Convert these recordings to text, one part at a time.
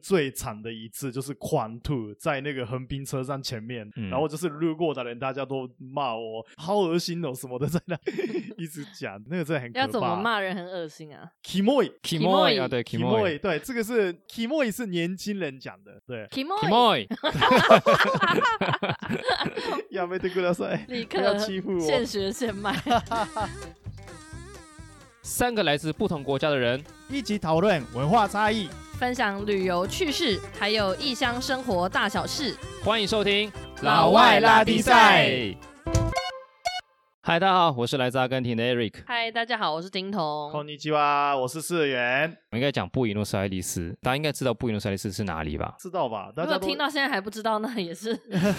最惨的一次就是狂吐在那个横滨车站前面，嗯然后就是路过的人大家都骂我好恶心哦什么的，在那一直讲，那个真的很可怕。要怎么骂人很恶心啊 Kimoi Kimoi 啊，对 Kimoi， Kimoi 对，这个是 Kimoi 是年轻人讲的， 对， ？Kimoi， Kimoi，やめてくだ さい，立不要刻欺负现我。学现卖。三个来自不同国家的人，一起讨论文化差异。分享旅游趣事，还有异乡生活大小事。欢迎收听老外拉低赛。嗨，大家好，我是来自阿根廷的 Eric。嗨，大家好，我是丁こ彤ん。にちは，我是四元，我应该讲布宜诺斯艾利斯，大家应该知道布宜诺斯艾利斯是哪 里吧知道吧？大如家果都听到现在还不知道，那 也是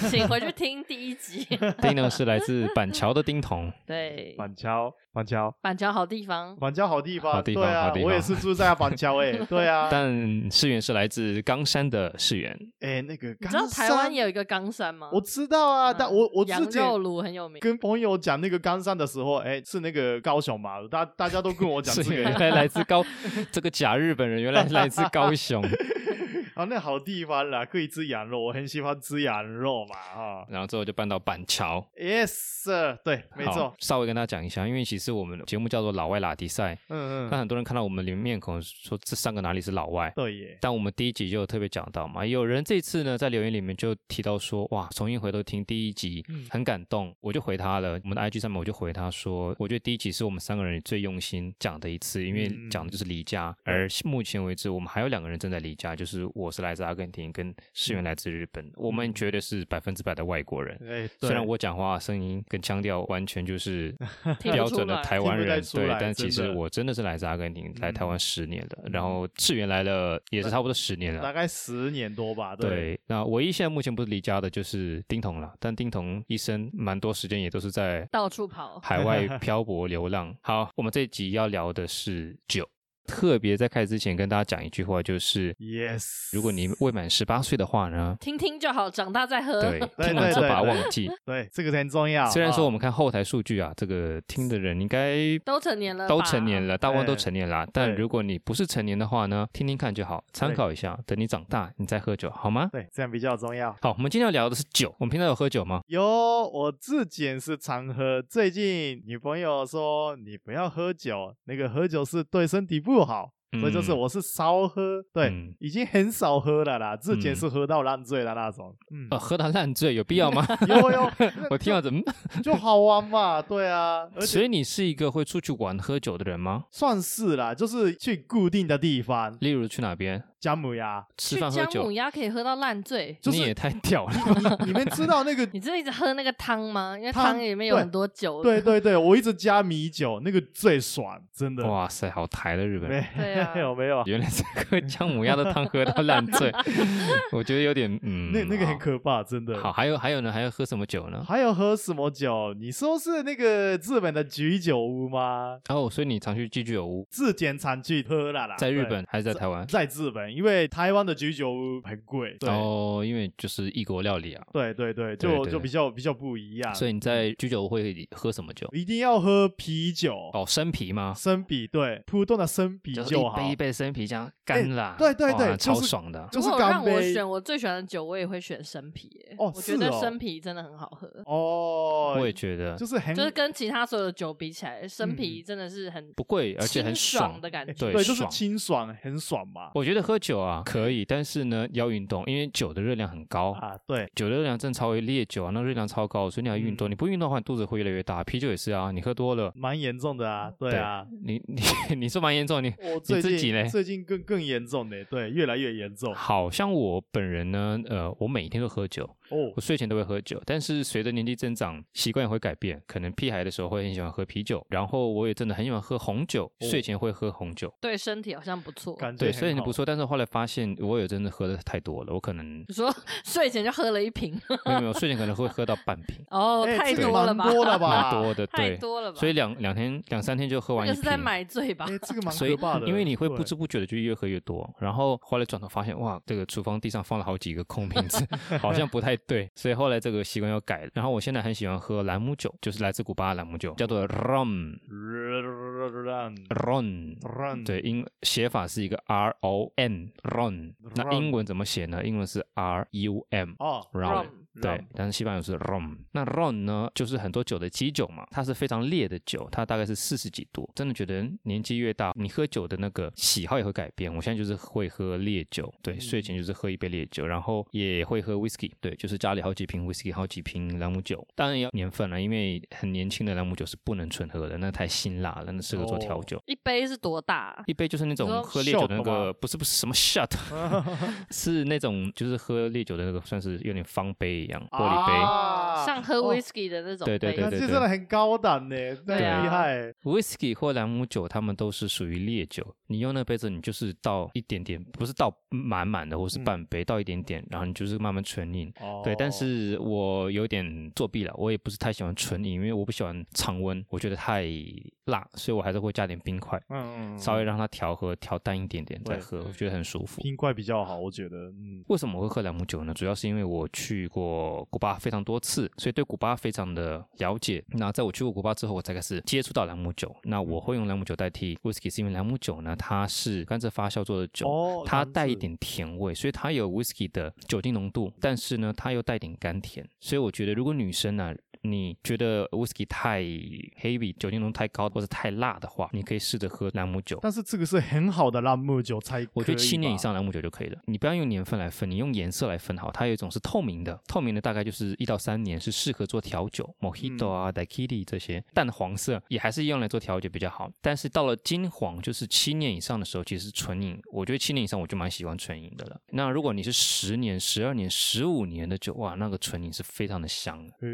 请回去听第一集。丁呢是来自板桥的丁童，对，板桥，板桥，板桥好地方，板桥好地方，好地方对啊好地，方我也是住在板桥诶、 对啊，但世元是来自冈山的世元。诶、哎那个你冈知道山，台湾有一个冈山吗？我知道啊，嗯但我我羊之前肉炉很有名。跟朋友讲那个冈山的时候，诶、是那个高雄嘛，大大家都跟我讲这是个啊原来来自高，这个假日本人原来来自 高雄， 啊，那好地方啦，可以吃羊肉，我很喜欢吃羊肉嘛，哈、然后之后就搬到板桥。 Yes，sir，对，没好错，稍微跟大家讲一下，因为其实我们的节目叫做老外拉迪赛，嗯嗯，但很多人看到我们里面面孔说这三个哪里是老外。对耶，但我们第一集就有特别讲到嘛，有人这次呢在留言里面就提到说，哇，重新回头听第一集嗯很感动，我就回他了，我们的 IG 上面我就回他说，我觉得第一集是我们三个人里最用心讲的一次，因为嗯讲的就是离家，而目前为止我们还有两个人正在离家，就是我是来自阿根廷，跟嗯世源来自日本，我们绝对是百分之百的外国人。哎、对虽然我讲话声音跟腔调完 全就是听不标出准的来台湾听不太人，出对来，但其真实的嗯我真的是来自阿根廷，来台湾十年的，然后志源来了也是差不多十年大了。概十年多吧，对，对，那唯一现在目前不是离家的就是丁彤了，但丁彤一生蛮多时间也都是在到处跑，海外漂泊流浪。好，我们这一集要聊的是酒，特别在开始之前跟大家讲一句话，就是 Yes，如果你未满十八岁的话呢，听听就好，长大再喝。 对，对听完之后对把它对忘记。对这个很重要，虽然说我们们看后台数据啊，这个听的人应该都成年了吧，都成年了，大部分都对成年啦。但如果你不是成年的话呢，听听看就好，参对考一下。等你长大，你再喝酒好吗？对这样比较重要。好，我们今天要聊的是酒。我们平常有喝酒吗？有，我之前是常喝，最近女朋友说你不要喝酒，那个喝酒是对身体不好，所以就是嗯我是少喝，对，嗯已经很少喝了啦，之前嗯是喝到烂醉的那种，嗯，呃，喝到烂醉有必要 吗？有有，我听到到怎么？就好玩嘛，对啊，而且 所以你是一个会出去玩喝酒的人吗？算是啦，就是去固定的地方，啊例如去哪边姜母鸭，吃去饭喝姜母酒？鸭可以喝到烂醉。就你是也太屌了！ 你你们知道那个你真的一直喝那个汤吗？因为汤汤里面有对很多酒。对对对，我一直加米酒，那个最爽，真的。哇塞，嗯好台的日本人。没对啊 没有没有，原来是喝姜母鸭的汤喝到烂 醉，我觉得有点嗯，那那个很好可怕，真的。好，还有还有呢？还要喝什么酒呢？还有喝什么酒？你说是那个日本的居酒屋吗？哦，所以你常去居酒屋，日前常去喝了啦，在日啊对本还是在台湾？在日本，因为台湾的居酒屋很贵，对、哦，因为就是异国料理啊，对对对，就对对就比较比较不一样，所以你在居酒屋会喝什么酒？一定要喝啤酒，哦，生啤吗？生啤对，普通的生啤就是就一好，杯一杯生啤这样干啦，对对哇对超就是爽的。 啊就是如果干让我杯选我最喜欢的酒，我也会选生啤耶、哦我觉得是哦生啤真的很好喝，哦，我也觉得就是很就是跟其他所有的酒比起来，嗯生啤真的是很不贵，而且很清爽的感哎觉。对对，就是爽清爽，很爽嘛，我觉得喝酒啊可以，但是呢要运动，因为酒的热量很高。啊，对，酒的热量正超越烈酒啊，那热量超高，所以你要运动。嗯你不运动的话，你肚子会越来越大。啤酒也是啊，你喝多了，蛮严重的啊，对啊。你 你你说蛮严重，你我最自己嘞近最近更更严重的，对，越来越严重好像我本人呢，呃，我每天都喝酒，哦我。睡前都会喝酒，但是随着年纪增长，习惯也会改变。可能屁孩的时候会很喜欢喝啤酒，然后我也真的很喜欢喝红酒，睡哦前会喝红酒。对身体好像不错。感觉对，很虽然好不错，但是后来发现我也真的喝的太多了，我 可能你说睡前就喝了一瓶，，没有没有，睡前可能会喝到半瓶哦，哎太这个多了蛮吧？多的吧？ 蛮多的， 太对，多了吧？所以两两天两三天就喝这完一个是在瓶。买醉吧哎、？这个蛮所以可怕的，，因为你会不 对知不觉的就越喝越多，然后后来转头发现，哇，这个厨房地上放了好几个空瓶 子，好像不太对，所以后来这个习惯要改了。然后我现在很喜欢喝兰姆酒，就是来自古巴的兰姆酒，叫做 rum，呃 run ron。 run，对，英写法是一个 r o n ron，那 Ron 英文怎么写呢？英文是 r u m 哦 ron。对 rum，但是西班牙语是 rom。那 rom 呢，就是很多酒的基酒嘛，它是非常烈的酒，它大概是四十几度。真的觉得年纪越大，你喝酒的那个喜好也会改变。我现在就是会喝烈酒，对，嗯睡前就是喝一杯烈酒，然后也会喝 whisky，对，就是家里好几瓶 whisky，好几瓶朗姆酒。当然也要年份了，因为很年轻的朗姆酒是不能纯喝的，那太辛辣了，那适合做调哦酒。一杯是多大啊？一杯就是那你种说喝烈酒的那 shot 个，吗不是不是什么 shot，是 那种就是喝烈酒的那个，算是有点方杯一样玻璃杯。啊像喝哦 whisky 的那种对杯。对对那对这真的很高档呢，那对很啊厉害。 Whisky 或朗姆酒，它们都是属于烈酒。你用那个杯子，你就是倒一点点，不是倒满满的，或是半杯，倒一点点，然后你就是慢慢纯饮。嗯哦对，但是我有点作弊了，我也不是太喜欢纯饮，因为我不喜欢常温，我觉得太辣，所以我还是会加点冰块，嗯嗯，稍微微让它调和，调淡一点点再对喝，我觉得很舒服。冰块比较好，我觉得，嗯，为什么我会喝朗姆酒呢？主要是因为我去过古巴非常多次，所以对古巴非常的了解。那在我去过古巴之后，我才开始接触到朗姆酒。那我会用朗姆酒代替 whisky，是因为朗姆酒呢，它是甘蔗发酵做的酒。哦，这它样子带一，点甜味，所以它有 whisky 的酒精浓度，但是呢，它又带一点甘甜，所以我觉得如果女生呢、你觉得 whisky 太 heavy，酒精浓度太高或者太辣的话，你可以试着喝朗姆酒。但是这个是很好的朗姆酒才可以吧，我觉得七年以上朗姆酒就可以了。你不要用年份来分，你用颜色来分好。它有一种是透明的，透明的大概就是一到三年是适合做调酒，Mojito 啊、Daiquiri 嗯这些淡黄色也还是用来做调酒比较好。但是到了金黄，就是七年以上的时候，其实是纯饮。我觉得七年以上我就蛮喜欢纯饮的了。那如果你是十年、十二年、十五年的酒，哇，那个纯饮是非常的香的。嘿，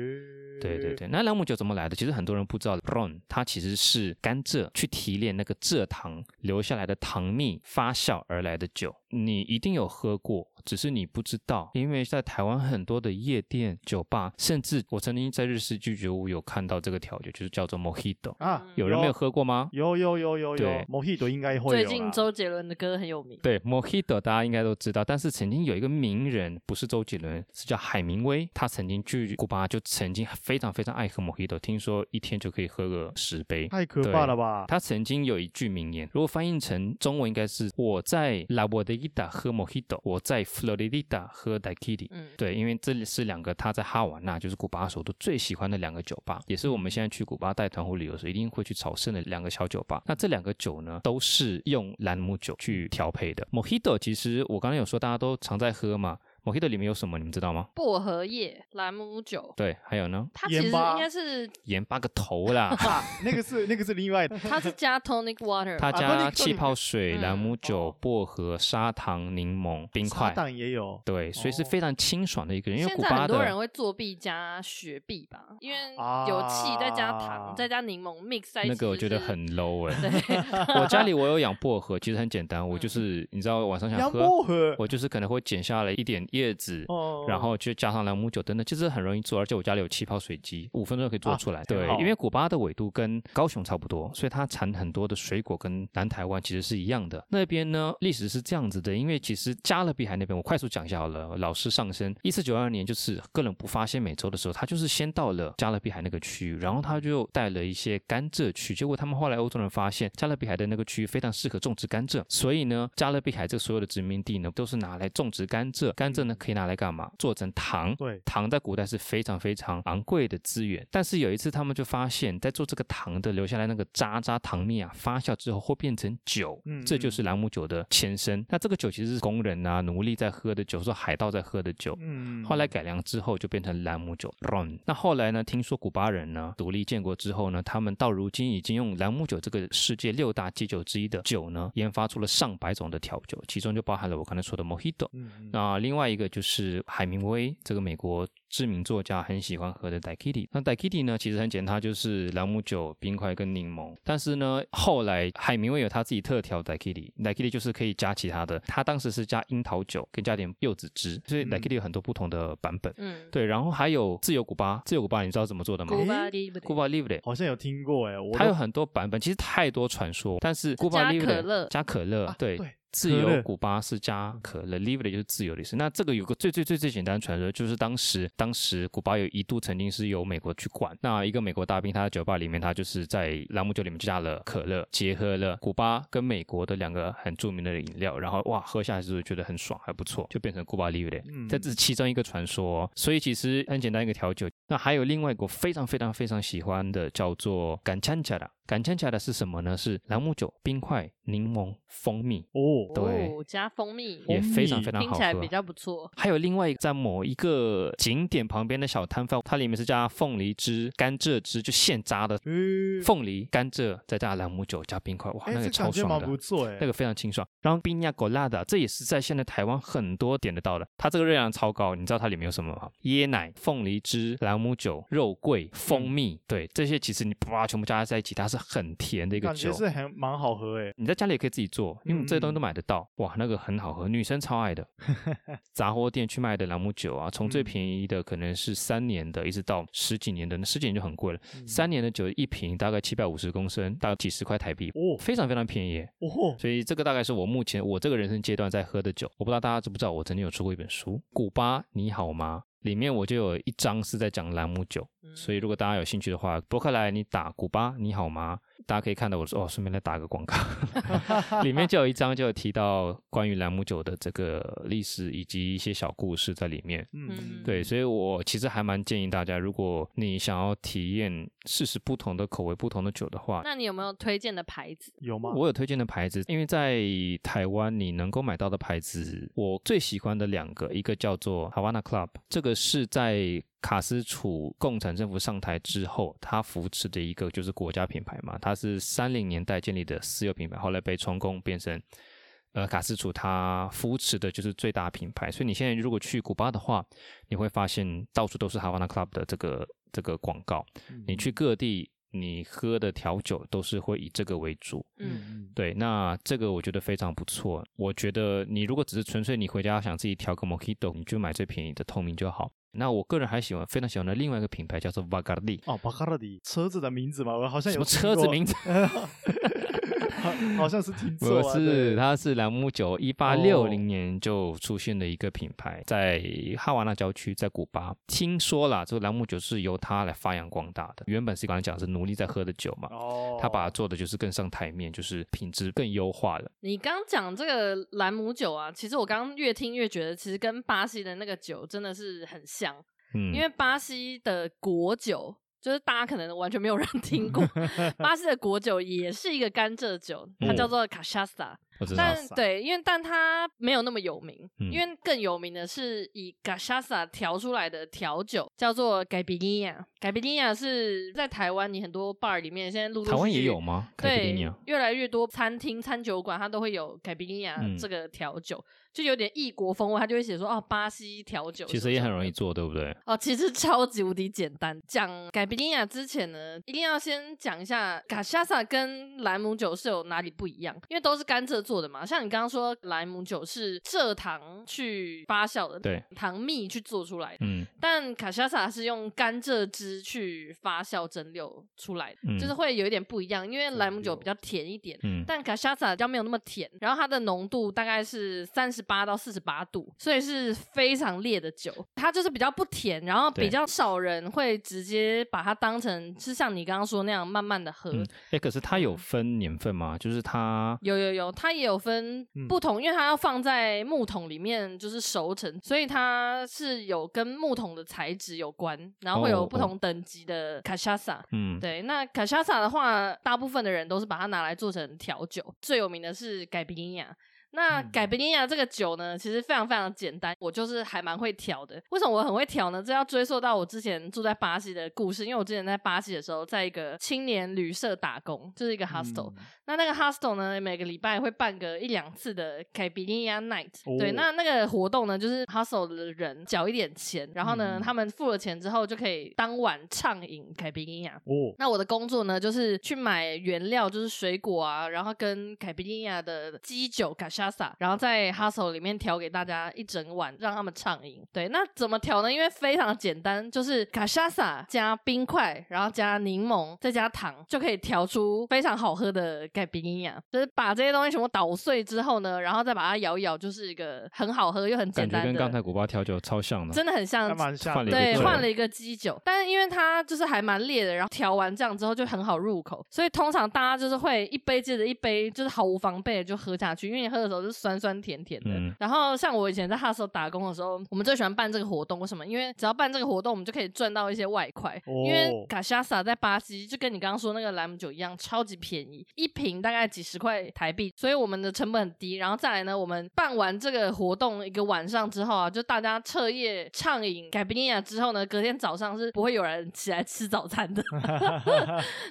对对对，那朗姆酒怎么来的？其实很多人不知道，ron 它其实是甘蔗去提炼那个蔗糖留下来的糖蜜发酵而来的酒。你一定有喝过，只是你不知道，因为在台湾很多的夜店、酒吧，甚至我曾经在日式居酒屋有看到这个调酒，就是叫做 Mojito。嗯啊，有人没有喝过吗？有有有有有对，Mojito 应该会最有近啦周杰伦的歌很有名，对，Mojito 大家应该都知道，但是曾经有一个名人，不是周杰伦，是叫海明威，他曾经去古巴，就曾经非常非常爱喝 Mojito，听说一天就可以喝个十杯。太可怕了吧？他曾经有一句名言，如果翻译成中文应该是“我在 La b o d e g i t a 喝 Mojito，我在 Florida 喝 Daiquiri”。嗯，对，因为这里是两个他在哈瓦那，就是古巴首都最喜欢的两个酒吧，也是我们现在去古巴带团或旅游时一定会去朝圣的两个小酒吧。那这两个酒呢，都是用兰姆酒去调配的。Mojito 其实我刚才有说大家都常在喝嘛，Mojito 里面有什么你们知道吗？薄荷叶、兰姆酒，对，还有呢，它其实盐巴。应该是盐巴个头啦啊， 那个是那个是另外的，它是加 tonic water，他啊那加你气泡水、嗯朗姆酒哦、薄荷、砂糖、柠檬、冰块沙，糖也有，对，所以是哦非常清爽的一个人。因为现古在巴很多的人会作弊加雪碧吧，因为啊有气再加糖再加柠檬 mix 在一起，啊那个我觉得就是很 low 哎、 我家里我有养薄荷，其实很简单，嗯我就是你知道晚上想杨喝，薄荷，我就是可能会剪下来一点叶子。哦然后就加上朗姆酒等等，其实很容易做，而且我家里有气泡水机，五分钟就可以做啊出来。挺对好，因为古巴的纬度跟高雄差不多，所以它产很多的水果跟南台湾其实是一样的。那边呢，历史是这样子的，因为其实加勒比海那边，我快速讲一下好了。老师上升，一四九二年就是哥伦布发现美洲的时候，他就是先到了加勒比海那个区域，然后他就带了一些甘蔗去，结果他们后来欧洲人发现加勒比海的那个区域非常适合种植甘蔗，所以呢，加勒比海这所有的殖民地呢，都是拿来种植甘蔗，甘蔗呢可以拿来干嘛？做成糖，对糖在古代是非常非常昂贵的资源，但是有一次他们就发现，在做这个糖的留下来那个渣渣糖蜜啊，发酵之后会变成酒，嗯这就是朗姆酒的前身。那这个酒其实是工人啊、奴隶在喝的酒，说海盗在喝的酒。嗯，后来改良之后就变成兰姆酒 （ron）。那后来呢？听说古巴人呢独立建国之后呢，他们到如今已经用兰姆酒这个世界六大基酒之一的酒呢，研发出了上百种的调酒，其中就包含了我刚才说的 Mojito。嗯，嗯那另外一个就是海明威这个美国知名作家很喜欢喝的 Daiquiri。那 Daiquiri 呢，其实很简单，它就是朗姆酒、冰块跟柠檬。但是呢，后来海明威有他自己特调 Daiquiri，Daiquiri 就是可以加其他的。他当时是加樱桃酒，跟加点柚子汁，所以嗯 Daiquiri 有很多不同的版本。嗯，对，然后还有自由古巴，自由古巴你知道怎么做的吗？古巴诶利不古巴 Libre。好像有听过哎，我它有都很多版本，其实太多传说，但是古巴加 Libre 可乐加可乐，啊对，对自可由乐古巴是加可乐，libre 就是自由的意思。那这个有个最最最最简单的传说，就是当时当时古巴有一度曾经是由美国去管，那一个美国大兵他在酒吧里面，他就是在朗姆酒里面加了可乐，结合了古巴跟美国的两个很著名的饮料，然后哇喝下去之后觉得很爽，还不错，就变成古巴 libre。嗯这只是其中一个传说、哦，所以其实很简单一个调酒。那还有另外一个我非常非常非常喜欢的叫做甘찬차라，甘찬차라是什么呢？是朗姆酒、冰块、柠檬、蜂蜜。哦，对哦，加蜂蜜，也非常蜜非常听好起来喝比。较不错。还有另外一个在某一个景点旁边的小摊贩，它里面是加凤梨汁、甘蔗汁，就现榨的诶凤梨、甘蔗，再加朗姆酒加冰块，哇，哎，那个这感超觉爽蛮的不。错哎，那个非常清爽，然后冰亚果辣的，这也是在现在台湾很多点得到的。它这个热量超高，你知道它里面有什么吗？椰奶、凤梨汁、朗姆酒、肉桂、嗯蜂蜜，对这些其实你啪全部加在一起，它是很甜的一个感酒觉。是嗯很蛮好喝哎，你在家里也可以自己做，因为这些东西都买得到。哇，那个很好喝，女生超 爱的。杂货店去卖的朗姆酒啊，从最嗯便宜的可能是三年的，一直到十几年的，那十几年就很贵了。嗯三年的酒一瓶大概七百五十公升，大概几十块台币，哦非常非常便宜耶。哦，所以这个大概是我目前我这个人生阶段在喝的酒。我不知道大家知不知道，我曾经有出过一本书《古巴你好吗》，里面我就有一章是在讲朗姆酒。嗯所以如果大家有兴趣的话，博客来你打“古巴你好吗”，大家可以看到我说哦，顺便来打个广告， 里面就有一章就有提到关于朗姆酒的这个历史以及一些小故事在里面。嗯，对，所以我其实还蛮建议大家，如果你想要体验试试不同的口味、不同的酒的话，那你有没有推荐的牌子？有吗？我有推荐的牌子，因为在台湾你能够买到的牌子，我最喜欢的两个，一个叫做 Havana Club，这个是在卡斯楚共产政府上台之后，他扶持的一个就是国家品牌嘛，它是三零年代建立的私有品牌，后来被充公变成。呃，卡斯楚它扶持的就是最大品牌，所以你现在如果去古巴的话，你会发现到处都是 Havana Club 的这个这个广告。嗯你去各地，你喝的调酒都是会以这个为主。嗯，对，那这个我觉得非常不错。我觉得你如果只是纯粹你回家想自己调个 Mojito，你就买最便宜的透明就好。那我个人还喜欢，非常喜欢的另外一个品牌叫做 Vagardi，哦，巴卡拉迪车子的名字嘛，我好像什有么听车子过名字？ 好好像是听错不啊，是，对它是朗姆酒，一八六零年就出现的一个品牌，在哈瓦那郊区，在古巴。听说啦，这个朗姆酒是由它来发扬光大的。原本是刚才讲是奴隶在喝的酒嘛，哦，它把它做的就是更上台面，就是品质更优化了。你刚讲这个兰姆酒啊，其实我刚越听越觉得，其实跟巴西的那个酒真的是很像，嗯，因为巴西的国酒。就是大家可能完全没有人 听 过，巴西的国酒也是一个甘蔗酒，哦它叫做卡莎萨。我知道但对，因为但它没有那么有名，嗯因为更有名的是以 Gashasa 调出来的调酒，叫做 g a b i l i a g a b i l i a 是在台湾你很多 bar 里面现在陆陆续续台湾也有吗？凯比利对亚，越来越多餐厅、餐酒馆，它都会有 g a b i l i a 嗯这个调酒，就有点异国风味，它就会写说哦，巴西调酒，其实也很容易。做，对不对？哦，其实超级无敌简单。讲改比利亚之前呢，一定要先讲一下卡夏萨跟莱姆酒是有哪里不一样，因为都是甘蔗做的嘛。像你刚刚说，莱姆酒是蔗糖去发酵的，对，糖蜜去做出来的，嗯，但卡夏萨是用甘蔗汁去发酵蒸馏出来的，嗯就是会有一点不一样，因为莱姆酒比较甜一点，嗯但卡莎萨比较没有那么甜，然后它的浓度大概是三十八到四十八度，所以是非常烈的酒。它就是比较不甜，然后比对较少人会直接把它当成是像你刚刚说那样慢慢的喝。嗯，哎，可是它有分年份吗？就是它有有有，它也有分嗯不同，因为它要放在木桶里面就是熟成，所以它是有跟木桶的材质有关，然后会哦有哦不同等级的卡莎萨。嗯，对，那卡莎萨的话，大部分的人都是把它拿来做成调酒，最有名的是改比利亚。那嗯改比利亚这个酒呢，其实非常非常简单，我就是还蛮会调的。为什么我很会调呢？这要追溯到我之前住在巴西的故事，因为我之前在巴西的时候，在一个青年旅社打工，就是一个 hostel、那嗯那个 hostel 呢，每个礼拜会办个一两次的 c a b i n i a Night、哦对，那那个活动呢，就是 hostel 的人缴一点钱，然后呢，嗯他们付了钱之后，就可以当晚畅饮 c a b i n i a 哦，那我的工作呢，就是去买原料，就是水果啊，然后跟 c a b i n i a 的基酒 g a s h Bachata，然后在 Hustle 里面调给大家一整晚，让他们畅饮。对，那怎么调呢？因为非常简单，就是 Cachaça 加冰块，然后加柠檬，再加糖，就可以调出非常好喝的盖比尼亚。就是把这些东西全部捣碎之后呢，然后再把它摇一摇，就是一个很好喝又很简感觉单跟的，刚才古巴调酒超像的。真的很像还蛮像换了的一个对，酒换了一个基酒，但是因为它就是还蛮烈的，然后调完酱之后就很好入口，所以通常大家就是会一杯接着一杯，就是毫无防备的就喝下去，因为你喝的时候是酸酸甜甜的。嗯然后像我以前在哈 u 打工的时候，我们最喜欢办这个活动，为什么？因为只要办这个活动，我们就可以赚到一些外快。哦因为卡莎萨在巴西就跟你刚刚说那个兰姆酒一样，超级便宜，一瓶大概几十块台币，所以我们的成本很低。然后再来呢，我们办完这个活动一个晚上之后啊，就大家彻夜畅饮改比尼亚之后呢，隔天早上是不会有人起来吃早餐的。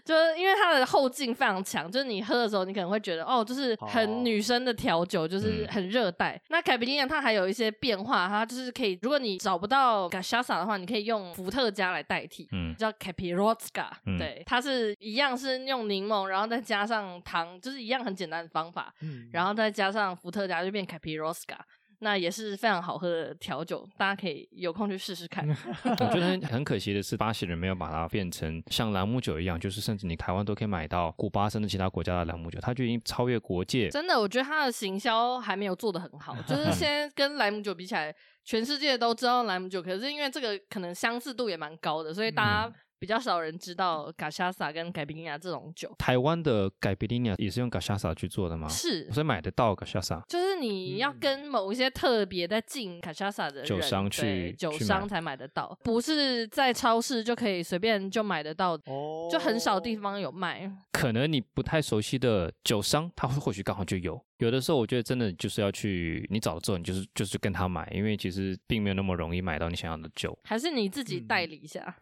就是因为它的后劲非常强，就是你喝的时候，你可能会觉得哦，就是很女生的调酒，就是很热带。那凯比利亚它还有一些变化，它就是可以，如果你找不到 g a s h a s a 的话，你可以用伏特加来代替。嗯，叫 Capirotska，、嗯对，它是一样是用柠檬，然后再加上糖，就是一样很简单的方法，嗯然后再加上伏特加就变 Capirotska，那也是非常好喝的调酒，大家可以有空去试试看。我觉得很很可惜的是，巴西人没有把它变成像朗姆酒一样，就是甚至你台湾都可以买到古巴甚至其他国家的朗姆酒，它就已经超越国界。真的，我觉得他的行销还没有做得很好，就是现在跟莱姆酒比起来，全世界都知道莱姆酒，可是因为这个可能相似度也蛮高的，所以大家比较少人知道嘎莎萨跟改比尼亚这种酒台湾的改比利尼亚也是用 Gashasa 去做的吗？是。所以买得到 Gashasa。就是你要跟某一些特别在进卡莎萨的人嗯酒商去对酒去买商才买得到，不是在超市就可以随便就买得到，哦，就很 少地方有卖。，可能你不太熟悉的酒商，他或许刚好就有。有的时候，我觉得真的就是要去你找了之后，你就是就是跟他买，因为其实并没有那么容易买到你想要的酒还是你自己嗯代理一下，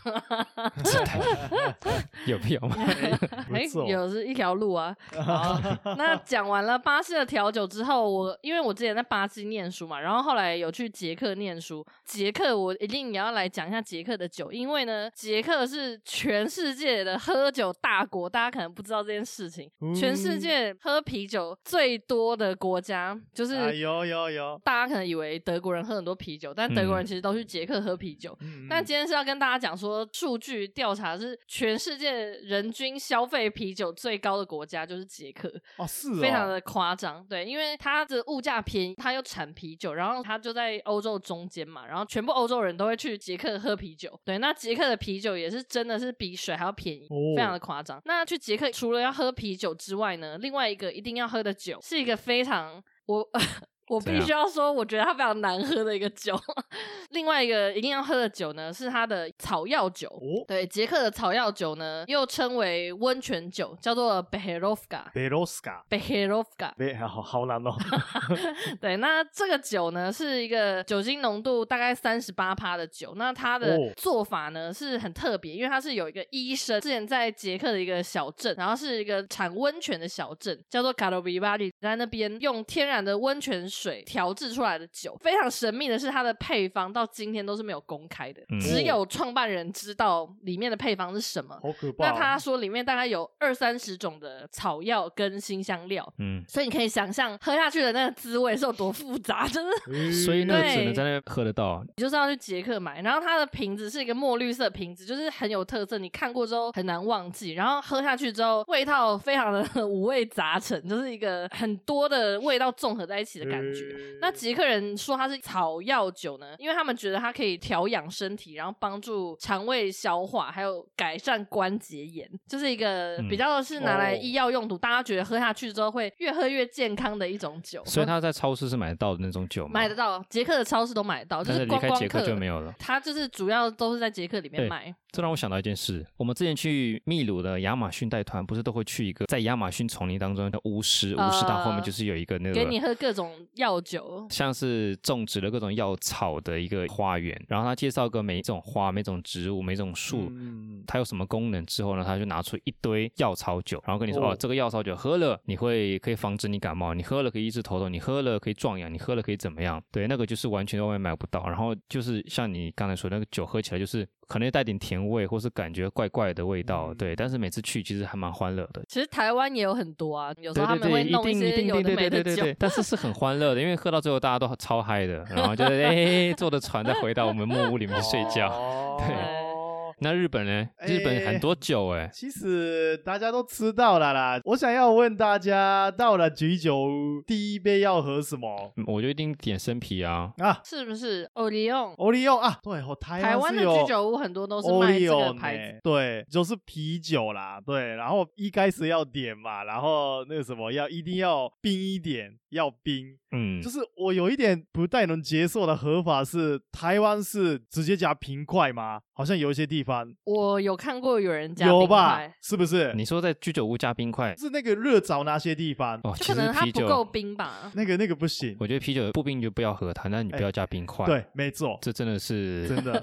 有必要吗？ 不 哎、错有是一条路啊。好，那讲完了巴西的调酒之后，我因为我之前在巴西念书嘛，然后后来有去捷克念书。捷克我一定也要来讲一下捷克的酒，因为呢，捷克是全世界的喝酒大国，大家可能不知道这件事情。全世界喝啤酒最多的国家就是、 啊有有有，大家可能以为德国人喝很多啤酒，但德国人其实都去捷克喝啤酒。嗯但今天是要跟大家讲说，数据调查是全世界人均消费啤酒最高的国家就是捷克，哦是哦非常的夸张。对，因为它的物价便宜，它又产啤酒，然后它就在欧洲中间嘛，然后全部欧洲人都会去捷克喝啤酒。对，那捷克的啤酒也是真的是比水还要便宜，哦非常的夸张。那去捷克除了要喝啤酒之外呢，另外一个一定要喝的酒是一个非常我。我怎必样须要说，我觉得它非常难喝的一个酒。 另外一个一定要喝的酒呢，是它的草药酒。哦对，捷克的草药酒呢，又称为温泉酒，叫做 Beherovka。 b e r o s k a Beherovka，别好好难哦，对，那这个酒呢是一个酒精浓度大概三十八趴的酒，那它的哦做法呢是很特别，因为它是有一个医生之前在捷克的一个小镇，然后是一个产温泉的小镇，叫做 k a r o v i v a l i 在那边用天然的温泉水调制出来的酒。非常神秘的是，它的配方到今天都是没有公开的，嗯只有创办人知道里面的配方是什么。好可怕那哦。他说里面大概有二三十种的草药跟新香料，嗯，所以你可以想象喝下去的那个滋味是有多复杂， 就是所以那个对只能在那边喝得到。你就是要去捷克买。然后它的瓶子是一个墨绿色瓶子，就是很有特色，你看过之后很难忘记。然后喝下去之后，味道非常的 五味杂陈，就是一个很多的味道综合在一起的感觉。嗯那捷克人说它是草药酒呢，因为他们觉得它可以调养身体，然后帮助肠胃消化，还有改善关节炎，就是一个嗯比较是拿来哦医药用途，大家觉得喝下去之后会越喝越健康的一种酒。所以他在超市是买得到的那种酒吗？买得到，捷克的超市都买得到，就但是离观开光捷客克就没有了。它就是主要都是在捷克里面对啊卖。这让我想到一件事，我们之前去秘鲁的亚马逊带团，不是都会去一个在亚马逊丛林当中的巫师，巫师他后面呃就是有一个那个给你喝各种药哦酒，像是种植了各种药草的一个花园，然后他介绍个每一种花、每种植物、每种树。嗯它有什么功能之后呢？他就拿出一堆药草酒，然后跟你说：“哦哦，这个药草酒喝了，你会可以防止你感冒，你喝了可以抑制头痛，你喝了可以壮阳，你喝了可以怎么样？”对，那个就是完全在外面买不到。然后就是像你刚才说，那个酒喝起来就是可能带点甜味，或是感觉怪怪的味道，嗯对。但是每次去其实还蛮欢乐的，其实台湾也有很多啊，有时对候他对对，们会一弄定一些定有对的对没对的对酒，对，但是是很欢乐的，因为喝到最后大家都超嗨的，然 后就是哎、坐着船再回到我们木屋里面去睡觉。哦对 那日本呢？哎日本很多酒哎、 其实大家都知道了啦。我想要问大家，到了居酒屋，第一杯要喝什么嗯我就一定点生啤啊。啊？是不是？哦，利用欧利奥啊，对，哦哎台台湾湾的是有居酒屋很多都是卖这 Oreo 个呢牌子，对，就是啤酒啦，对。然后一开始要点嘛，然后那个什么要一定要冰一点，要冰。嗯就，是我有一点不太能接受的喝法是，台湾是直接加冰块吗？好像有一些地方我有看过有人加有冰吧块，，是不是？你说在居酒屋加冰块是那个热潮那些地方，哦，就其可实能它啤不够酒，冰吧。 那个那个不行。我觉得啤酒不冰就不要喝它，那哎你不要加冰块。，对，没错，这真的是真的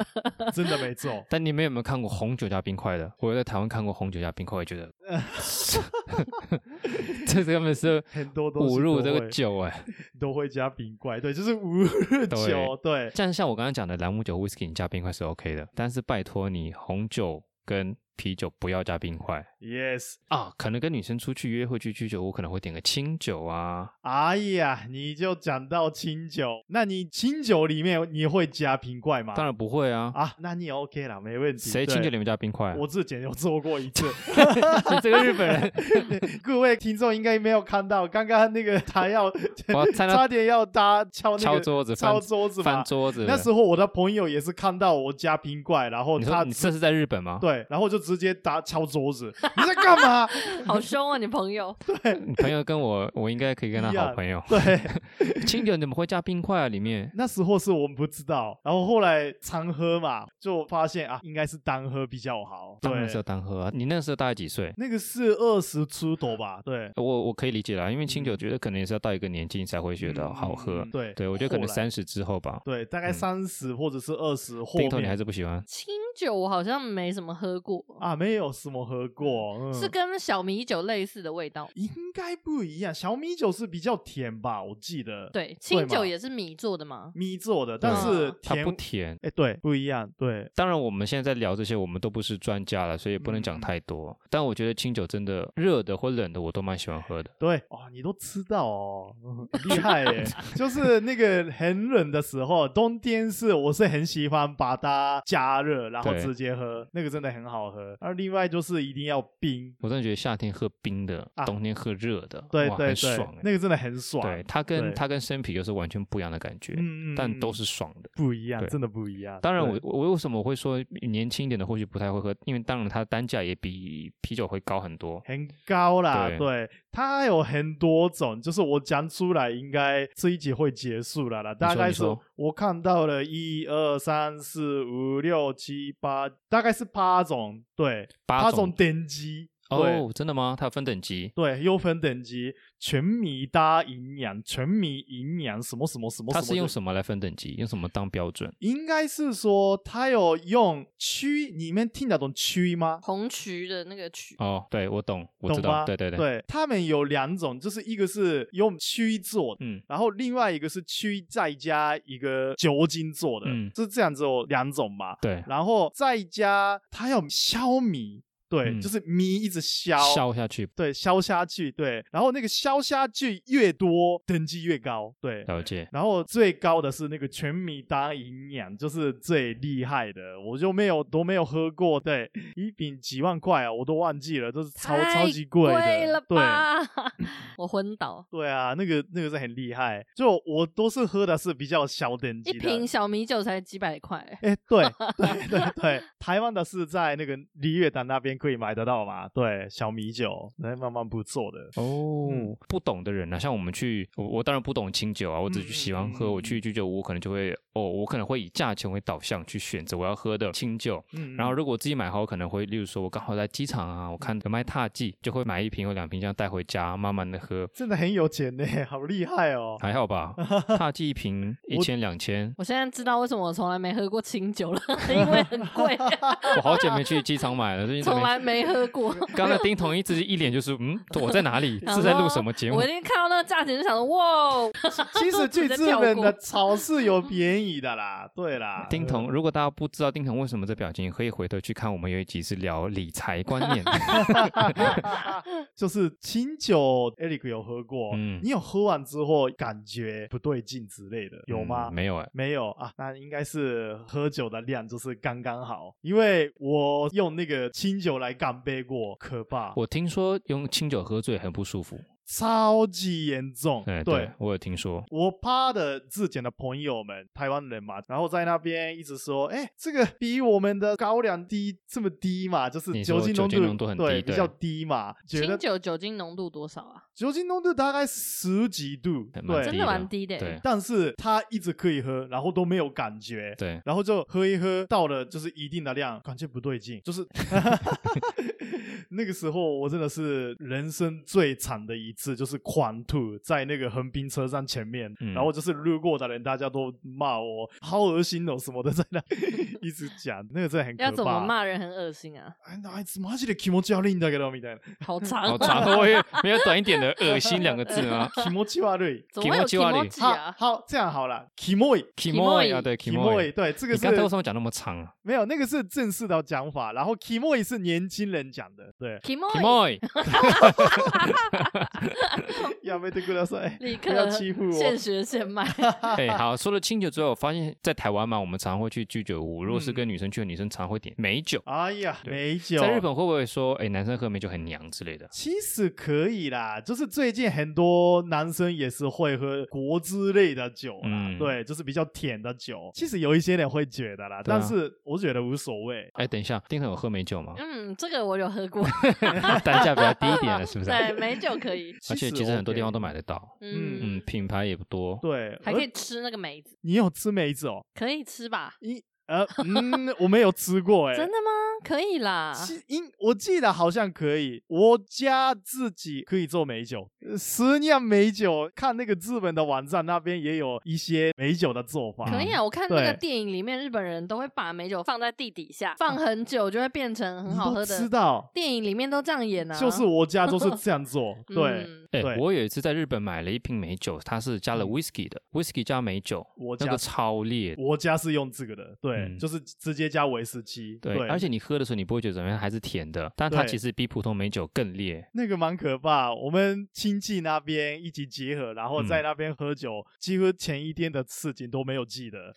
真的没 错。但你们有没有看过红酒加冰块的？我有在台湾看过红酒加冰块，我觉 得 这根本是很多东西侮辱都这个会酒哎、都会加冰块，对，就是无热对酒，对，像像我刚刚讲的朗姆酒、whisky，你加冰块是 OK 的，但是拜托你红酒跟啤酒不要加冰块 yes，啊！可能跟女生出去约会去居酒屋，可能会点个清酒啊。哎呀，你就讲到清酒，那你清酒里面你会加冰块吗？当然不会啊，啊，那你也 OK 啦，没问题。谁对清酒里面啊加冰块？我之前有做过一次， 你这个日本人，各位听众应该没有看到，刚刚 那个他要 我差点差点要搭敲那个敲 桌子翻敲桌子嘛翻桌子了。那时候我的朋友也是看到我加冰块，然后你他说你这是在日本吗？对，然后就直接打敲桌子，你在干嘛？ 好凶啊，你朋友！你朋友跟我，我应该可以跟他一好样朋友。对，清酒怎么会加冰块啊？里面那时候是我们不知道，然后后来常喝嘛，就发现啊，应该是单喝比较好。当然是要对，单喝啊。你那时候大概几岁？那个是二十出头吧？对，我我可以理解啦，因为清酒嗯觉得可能也是要到一个年纪你才会觉得好喝。嗯对对，我觉得可能后来三十之后吧。对，大概嗯三十或者是二十后丁头你还面是不喜欢？清酒我好像没什么喝过，啊，没有什么喝过，嗯、是跟小米酒类似的味道。应该不一样。小米酒是比较甜吧？我记得，，对，清嘛酒也是米做的吗？米做的，但是嗯它甜不甜。哎，对，不一样，对，当然，我们现在在聊这些，我们都不是专家了，所以也不能嗯讲嗯太多。但我觉得清酒真的热的或冷的，我都蛮喜欢喝的。对哦，你都知道哦，嗯很厉害 耶！就是那个很冷的时候，冬天是我是很喜欢把它加热，然后对直接喝，那个真的很好喝。而另外就是一定要冰，我真的觉得夏天喝冰的，啊冬天喝热的，对哇对对很爽，欸。那个真的很爽，对，它跟对它跟生啤又是完全不一样的感觉，嗯嗯但嗯都是爽的。不一样，对真的不一样。当然我，对我我为什么会说年轻一点的或许不太会喝？因为当然它单价也比啤酒会高很多。很高啦，对对，它有很多种，就是我讲出来应该这一集会结束了啦，大概你是说我看到了一二三四五六七八，大概是八种，对，八八种种等级，对、哦，真的吗？它有分等级，对，优分等级，全米搭营养，全米营养什么什么什么什么，它是用什么来分等级？用什么当标准？应该是说它有用区，你们听得懂区吗？红曲的那个曲，哦，对，我懂，我知懂吗？道，对对对，对，他们有两种，就是一个是用曲做的。嗯，然后另外一个是曲再加一个酒精做的，嗯是这样子有两种嘛。对，然后再加它要消米，对，嗯就是米一直消，消下去，对，消下去，对。然后那个消下去越多，等级越高，对。了解。然后最高的是那个全米当营养，就是最厉害的，我就没有都没有喝过，对，一饼几万块啊，我都忘记了，这是超超级贵贵的，了对。吧？ 我昏倒。对啊，那个那个是很厉害，就我都是喝的是比较小等级一的，瓶小米酒才几百块，哎， 对对对对，台湾的是在那个璃月潭那边可以买得到嘛？对，小米酒，那慢慢不做的，哦嗯，不懂的人啊，像我们去，我我当然不懂清酒啊，我只嗯是喜欢嗯嗯喝，我去居酒屋可能就会，哦，我可能会以价钱为导向去选择我要喝的清酒，嗯，然后如果我自己买的话，我可能会，例如说我刚好在机场啊，我看有卖踏剂，就会买一瓶或两瓶这样带回家，慢慢的喝，真的很有钱呢，好厉害哦！还好 吧？踏剂一瓶一千两千，我现在知道为什么我从来没喝过清酒了，因为很贵，我好久没去机场买了，最近怎从么来没喝过。刚才丁彤一直一脸就是嗯，我在哪里？想是在录什么说节目我一？定看到那那个价钱就想说，哇，哦其实 去日直接本跳过的草是有便宜的啦，对啦。丁彤，如果大家不知道丁彤为什么这表情，可以回头去看我们有一集是聊理财观念。就是清酒，Eric 有喝过，嗯你有喝完之后感觉不对劲之类的， 有吗？嗯没有哎、没有啊，那应该是喝酒的量就是刚刚好，因为我用那个清酒来干杯过，可怕，我听说用清酒喝醉很不舒服。超级严重，哎、对我有听说。我趴的之前的朋友们，台湾人嘛，然后在那边一直说，哎、这个比我们的高粱低这么低嘛，就是你说酒精酒浓精浓度很低对对比较低嘛，觉清得酒酒精浓度多少啊？酒精浓度大概十几度，还哎蛮对真低，的蛮低的欸对但是他一直可以喝，然后都没有感觉，对，然后就喝一喝，到了就是一定的量，感觉不对劲，就是 那个时候我真的是人生最惨的一次，就是狂吐在那个横滨车站前面，嗯然后就是路过的人大家都骂我好恶心哦什么的，在那 一直讲，那个真的很可怕。要怎么？骂人很恶心啊，哎，那いつマジで気 持ち悪いんだけどみたいな。好啊长、 好长，我也没有短一点的“恶心”两个字吗気持ち悪い。怎么会有 Kimochi k 瓦 i 里 m o j 好啊？好，这样好了，キモい。 ？kimoi 啊，对 kimoi， kimoi。对，这你个是刚才为什么讲那么长啊没有，那个是正式的讲法，然后 kimoi 是年轻人讲的， 对， k i m o？kimoi，やめてください。立不要刻欺负我现学现卖。 哎、好，除了清酒之外，我发现在台湾嘛，我们常会去居酒屋，如果是嗯跟女生去，女生常会点美酒。哎呀，对美酒在日本会不会说，哎、男生喝美酒很娘之类的？其实可以啦，就是最近很多男生也是会喝果汁类的酒啦，嗯对，就是比较甜的酒。其实有一些人会觉得啦，对啊但是我觉得无所谓。哎、等一下，丁总有喝美 酒吗？嗯，这个我有喝过，单价比较低一点了，是不啊是？对，美酒可以，而且其实很多地方都买得到，嗯嗯，嗯，品牌也不多。对，还可而以吃那个梅子，你有吃梅子哦？可以吃吧？一 呃，嗯，我没有吃过哎、真的啊吗？可以啦，其应我记得好像可以，我家自己可以做美酒，呃十酿美酒。看那个日本的网站那边也有一些美酒的做法。可以啊。我看那个嗯对电影里面，日本人都会把美酒放在地底下，放很久就会变成很好喝你都知的。道，电影里面都这样演啊，就是我家 都是这样做。对，嗯，哎、对嗯我有一次在日本买了一瓶美酒，它是加了 whisky 的，whisky 加美酒，我那家个超烈。我家是用这个的，对，嗯就是直接加威士忌。对，而且你喝的时候你不会觉得怎么样，还是甜的，但它对其实比普通美酒更烈。那个蛮可怕。我们亲戚那边一起集合，然后在嗯那边喝酒，几乎前一天的事情都没有记 得。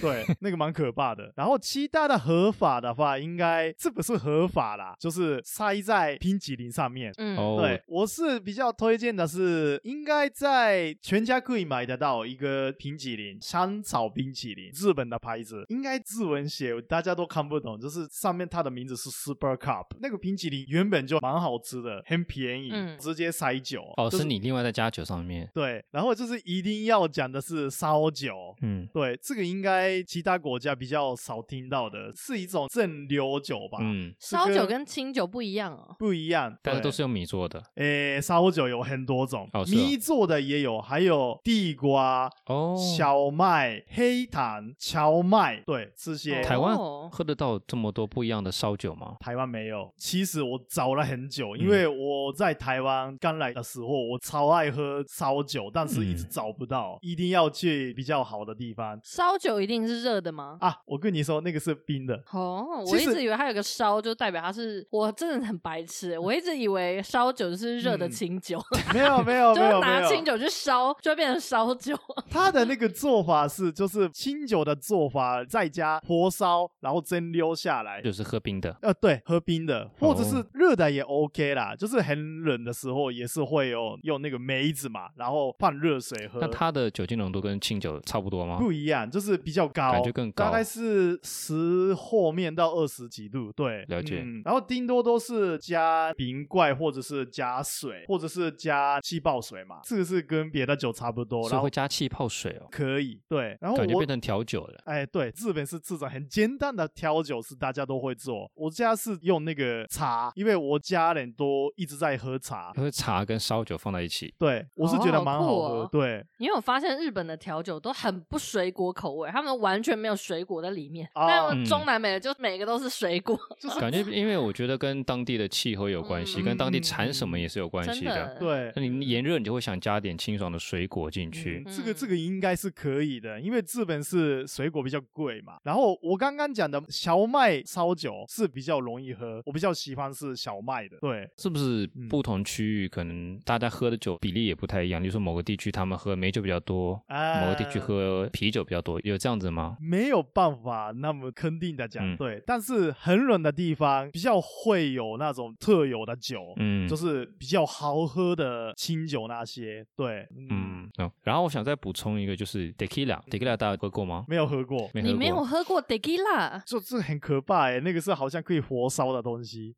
对，那个蛮可怕的。然后其他的合法的话，应该这不是合法啦，就是塞在冰淇淋上面。嗯，哦，对，我是比较推荐的是，应该在全家可以买得到一个冰淇淋，香草冰淇淋，日本的牌子，应该日文写大家都看不懂，就是上面它的名字是 Super Cup，那个冰淇淋原本就蛮好吃的，很便宜，嗯直接塞酒。哦，就是你另外再加酒上面。对，然后就是一定要讲的是烧酒。嗯，对，这个应该其他国家比较少听到的，是一种蒸馏酒吧？嗯，烧这酒个跟清酒不一样哦。不一样，但是对都是用米做的。诶，烧酒有很多种，哦是哦米做的也有，还有地瓜、哦，小麦、黑糖、荞麦，对这些。台湾哦喝得到这么多不一样的烧酒吗？台湾没有，其实我找了很久，嗯因为我在台湾刚来的时候，我超爱喝烧酒，但是一直嗯找不到，一定要去比较好的地方烧酒一定是热的吗？啊！我跟你说，那个是冰的，哦，其我一实直以为它有个烧，就代表它是我真的很白痴欸，我一直以为烧酒就是热的嗯清酒，没有没有 就没是有没拿清有，酒去烧，就会变成烧酒。它的那个做法是就是清酒的做法，再加火烧，然后蒸馏下来，就是喝冰的。呃，对，喝冰的，或者哦是热的也 OK 啦，就是很冷的时候也是会有用那个梅子嘛，然后放热水喝。那它的酒精浓度跟清酒差不多吗？不一样，就是比较高，感觉更高大概是十后面到二十几度，对，了解嗯然后顶多都是加冰块，或者是加水，或者是加气泡水嘛，这个是跟别的酒差不多，所然以后会加气泡水哦，可以，对，然后感觉我变成调酒了。哎，对，日日本是自产很简单的调酒是大家都会做。我家是用那个茶，因为我家人都一直在喝茶。喝茶跟烧酒放在一起，对，我是觉得蛮好喝。哦好酷哦对因为我发现日本的调酒都很不水果口味，他们完全没有水果在里面。啊哦嗯但中南美的就每个都是水果，感觉因为我觉得跟当地的气候有关系，嗯跟当地产什么也是有关真系的。的。对，嗯那你炎热，你就会想加点清爽的水果进去。嗯这个这嗯个应该是可以的，因为日本是水果比较贵嘛。然后我刚刚讲的小麦烧酒是比较容易喝，我比较喜欢是小麦的。对，是不是嗯不同区域可能大家喝的酒比例也不太一样？例如说某个地区他们喝美酒比较多，哎某个地区喝啤酒比较多，有这样子吗？没有办法那么肯定的讲，嗯对。但是很冷的地方比较会有那种特有的酒，嗯，就是比较好喝的清酒那些，对，嗯，嗯、哦然后我想再补充一个，就是 tequila，tequila 大家喝过吗？没有喝过。没喝你过。没有喝过 tequila，tequila 就这很可怕哎、那个是好像可以火烧的东西，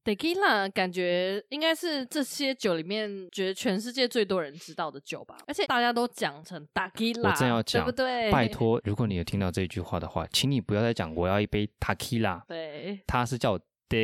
感觉应该是这些酒里面觉得全世界最多人知道的酒吧，而且大家都讲成 tequila，我正要讲对不对？拜，托，如果你有听到这句话的话，请你不要再讲我要一杯 tequila，对它是叫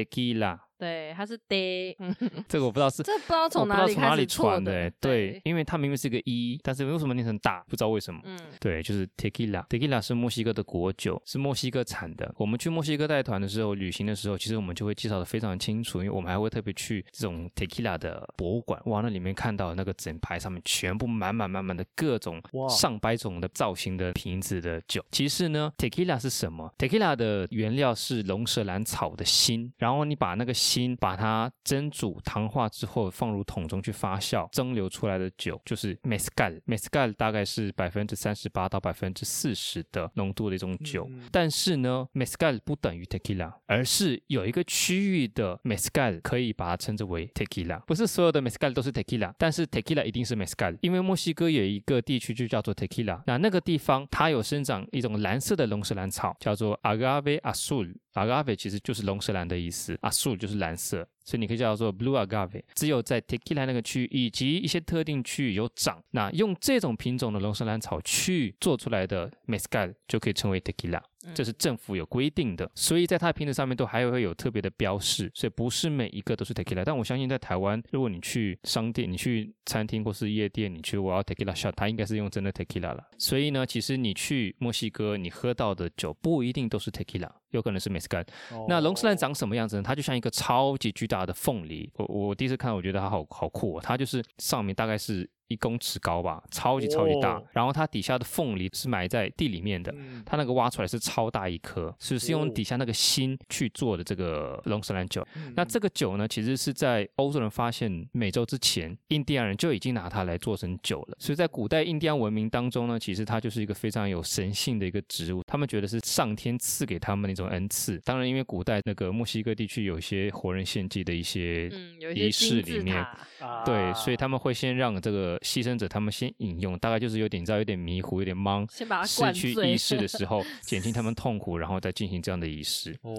tequila，对，它是 de，嗯这个我不知道是。这不知道我从不知道里从开哪始里错传的欸，对，，因为它明明是个一，但是为什么念成大？不知道为什么。嗯对，就是 tequila。tequila 是墨西哥的国酒，是墨西哥产的。我们去墨西哥带团的时候，旅行的时候，其实我们就会介绍的非常清楚，因为我们还会特别去这种 tequila 的博物馆。哇，那里面看到那个整排上面全部满满满满的各种哇上百种的造型的瓶子的酒。其实呢，tequila 是什么？tequila 的原料是龙舌兰草的心，然后你把那个心把它蒸煮糖化之后，放入桶中去发酵，蒸馏出来的酒就是 mezcal。mezcal 大概是百分之三十八到百分之四十的浓度的一种酒。嗯嗯但是呢，mezcal 不等于 tequila，而是有一个区域的 mezcal 可以把它称之为 tequila。不是所有的 mezcal 都是 tequila，但是 tequila 一定是 mezcal，因为墨西哥有一个地区就叫做 tequila，那那个地方它有生长一种蓝色的龙舌兰草，叫做 agave azul。agave 其实就是龙舌兰的意思，azul 就是蓝色，所以你可以叫它做 blue agave。只有在 tequila 那个区域以及一些特定区域有长，那用这种品种的龙舌兰草去做出来的 mezcal 就可以称为 tequila。这是政府有规定的，所以在它的瓶子上面都还会有特别的标示，所以不是每一个都是 tequila。但我相信在台湾，如果你去商店、你去餐厅或是夜店，你去我要 tequila shot，它应该是用真的 tequila 了。所以呢，其实你去墨西哥，你喝到的酒不一定都是 tequila，有可能是 mezcal。那哦龙舌兰长什么样子呢？它就像一个超级巨大的凤梨。我我第一次看，我觉得它好好酷、哦，它就是上面大概是一公尺高吧，超级超级大。哦然后它底下的凤梨是埋在地里面的，嗯它那个挖出来是超大一颗，所以是哦用底下那个心去做的这个龙舌兰酒。嗯那这个酒呢，其实是在欧洲人发现美洲之前，印第安人就已经拿它来做成酒了。所以在古代印第安文明当中呢，其实它就是一个非常有神性的一个植物，他们觉得是上天赐给他们的一种恩赐。当然，因为古代那个墨西哥地区有一些活人献祭的一些嗯，有一些仪式金里字面，塔，啊对，所以他们会先让这个牺牲者他们先饮用，大概就是有点你知道有点迷糊，有点懵，先把它失灌去醉意识的时 候，减轻他们痛苦，然后再进行这样的仪式。哦，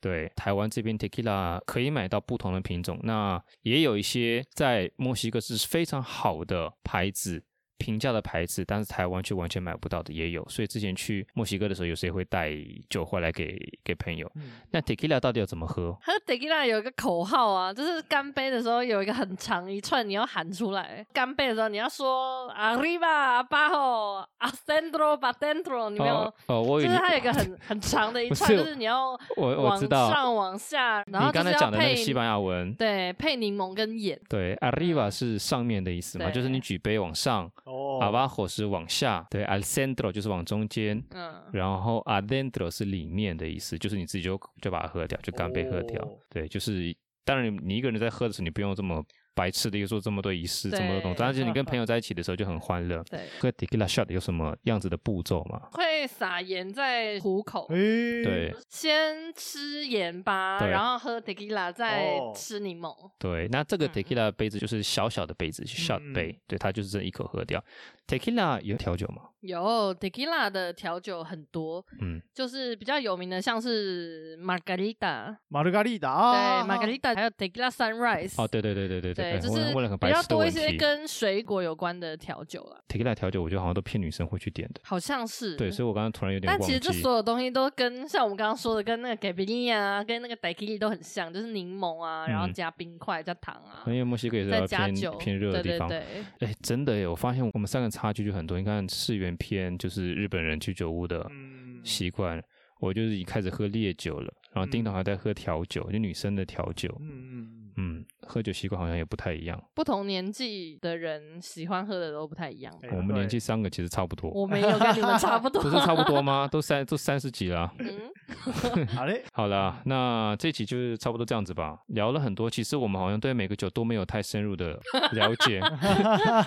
对，台湾这边 tequila 可以买到不同的品种，那也有一些在墨西哥是非常好的牌子。平价的牌子，但是台湾却完全买不到的也有，所以之前去墨西哥的时候，有谁会带酒回来给给朋友？嗯那 tequila 到底要怎么喝？喝 tequila 有一个口号啊，就是干杯的时候有一个很长一串，你要喊出来。干杯的时候你要说 arriba abajo ascendro b a d e n t r o 你没有？哦哦，我就以为是你它有一个很很长的一串，不是就是你要我我往知道，上往下，然你后就刚是才要讲的那配嗯个西班牙文，对配柠檬跟盐，对，arriba 是上面的意思嘛，嗯对就是你举杯往上哦， ，abajo 是往下，对，al centro 就是往中间，嗯，然后 adentro 是里面的意思，就是你自己就就把它喝掉，就干杯喝掉。哦对，就是当然你一个人在喝的时候，你不用这么白痴的又做这么多仪式，这么多东西。对但是你跟 朋友在一起的时候就很欢乐。对，喝 tequila shot 有什么样子的步骤吗？会撒盐在虎口，诶，对先吃盐巴，对然后喝 tequila，再哦吃柠檬。对，那这个嗯 tequila 杯子就是小小的杯子，shot 嗯杯，对，它就是这一口喝掉。tequila 有调酒吗？有 tequila 的调酒很多，嗯，就是比较有名的，像是 margarita，、玛格丽达对啊， margarita，还有 tequila sunrise。哦，对对对对对对哎就问是问了很比白较痴的多一问些题。跟水果有关的调酒啦， tequila 调酒，我觉得好像都骗女生会去点的。好像是。对，所以我刚刚突然有点嗯但忘其记。实这所有东西都跟像我们刚刚说的，跟那个 g a b i 啊，跟那个 d a k i 都很像，就是柠檬啊，然后嗯加冰块、加糖啊，因为墨西哥也是再比较加偏酒，偏热的地方。对对对， 哎，真的耶！我发现我们三个差距就很多。你看，世元偏就是日本人居酒屋的嗯，习惯，我就是已开始喝烈酒了，然嗯后叮当还在喝调酒，就女生的调酒嗯。嗯嗯嗯，喝酒习惯好像也不太一样。不同年纪的人喜欢喝的都不太一样。哎我们对年纪三个其实差不多，我没有跟你们差不 多，不是差不多吗？都三都三十几了。嗯，好 嘞，好啦，那这期就是差不多这样子吧。聊了很多，其实我们好像对每个酒都没有太深入的了 解，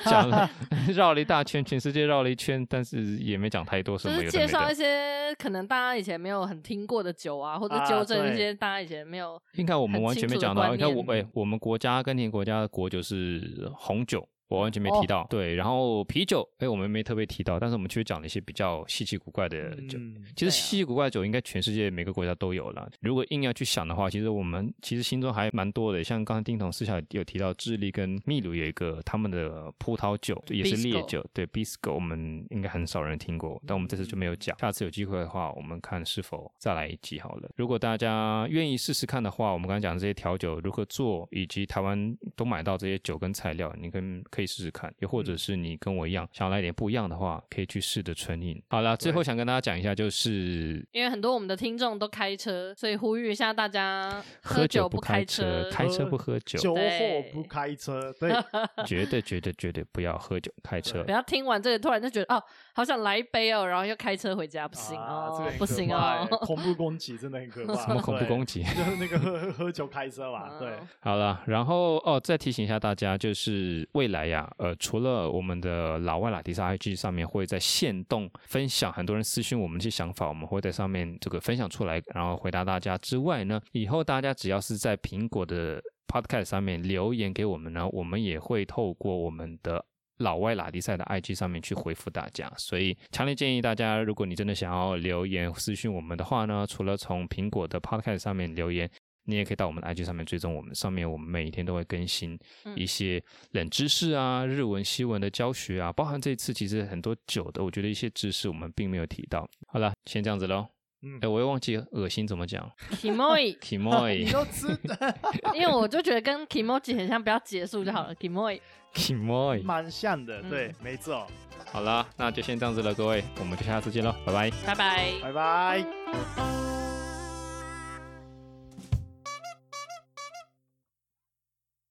讲了绕了一大圈，全世界绕了一圈，但是也没讲太多什就么有是的介没绍一的。些可能大家以前没有很听过的酒啊，或者啊纠正一对些大家以前没有。你看我们很完清全没楚的讲到，你观看我哎、念嗯我们国家阿根廷国家的国酒是红酒。我完全哦没提到，对，然后啤酒，哎，我们没特别提到，但是我们确实讲了一些比较稀奇古怪的酒，嗯其实对啊稀奇古怪的酒应该全世界每个国家都有了。如果硬要去想的话，其实我们其实心中还蛮多的。像刚才丁彤私下有提到，智利跟秘鲁有一个他们的葡萄酒，也是烈酒，对 Bisco，我们应该很少人听过，但我们这次就没有讲。下次有机会的话，我们看是否再来一集好了。如果大家愿意试试看的话，我们刚才讲的这些调酒如何做，以及台湾都买到这些酒跟材料，你跟可以试试看。又或者是你跟我一样想要来点不一样的话，可以去试着纯饮。好啦，最后想跟大家讲一下，就是因为很多我们的听众都开车，所以呼吁一下大家喝酒不开车，开车不喝酒，酒后对不开车，对，啊绝对绝对绝对不要喝酒开车不。要听完这个突然就觉得哦，好想来一杯哦，然后又开车回家，不行啊哦这个很，不可行怕欸哦。恐怖攻击真的很可怕，什么恐怖对攻击？就是那个喝 喝酒开车嘛，嗯对，好了，然后哦，再提醒一下大家，就是未来呀、呃，除了我们的老外拉提萨 IG 上面会在线动分享很多人私讯我们一些想法，我们会在上面这个分享出来，然后回答大家之外呢，以后大家只要是在苹果的 Podcast 上面留言给我们呢，我们也会透过我们的。老外拉迪赛的 IG 上面去回复大家，所以强烈建议大家，如果你真的想要留言私讯我们的话呢，除了从苹果的 Podcast 上面留言，你也可以到我们的 IG 上面追踪我们，上面我们每一天都会更新嗯一些冷知识啊、日文、西文的教学啊，包含这一次其实很多酒的，我觉得一些知识我们并没有提到。好了，先这样子喽。嗯哎，，我又忘记恶心怎么讲 Kimoi，你，kimoi 都吃的因为我就觉得跟 Kimoji 很像，不要结束就好了。Kimoi， kimoi。蛮像的，对，没错，好了，那就先这样子了，各位，我们就下次见喽，拜拜。拜拜。拜拜。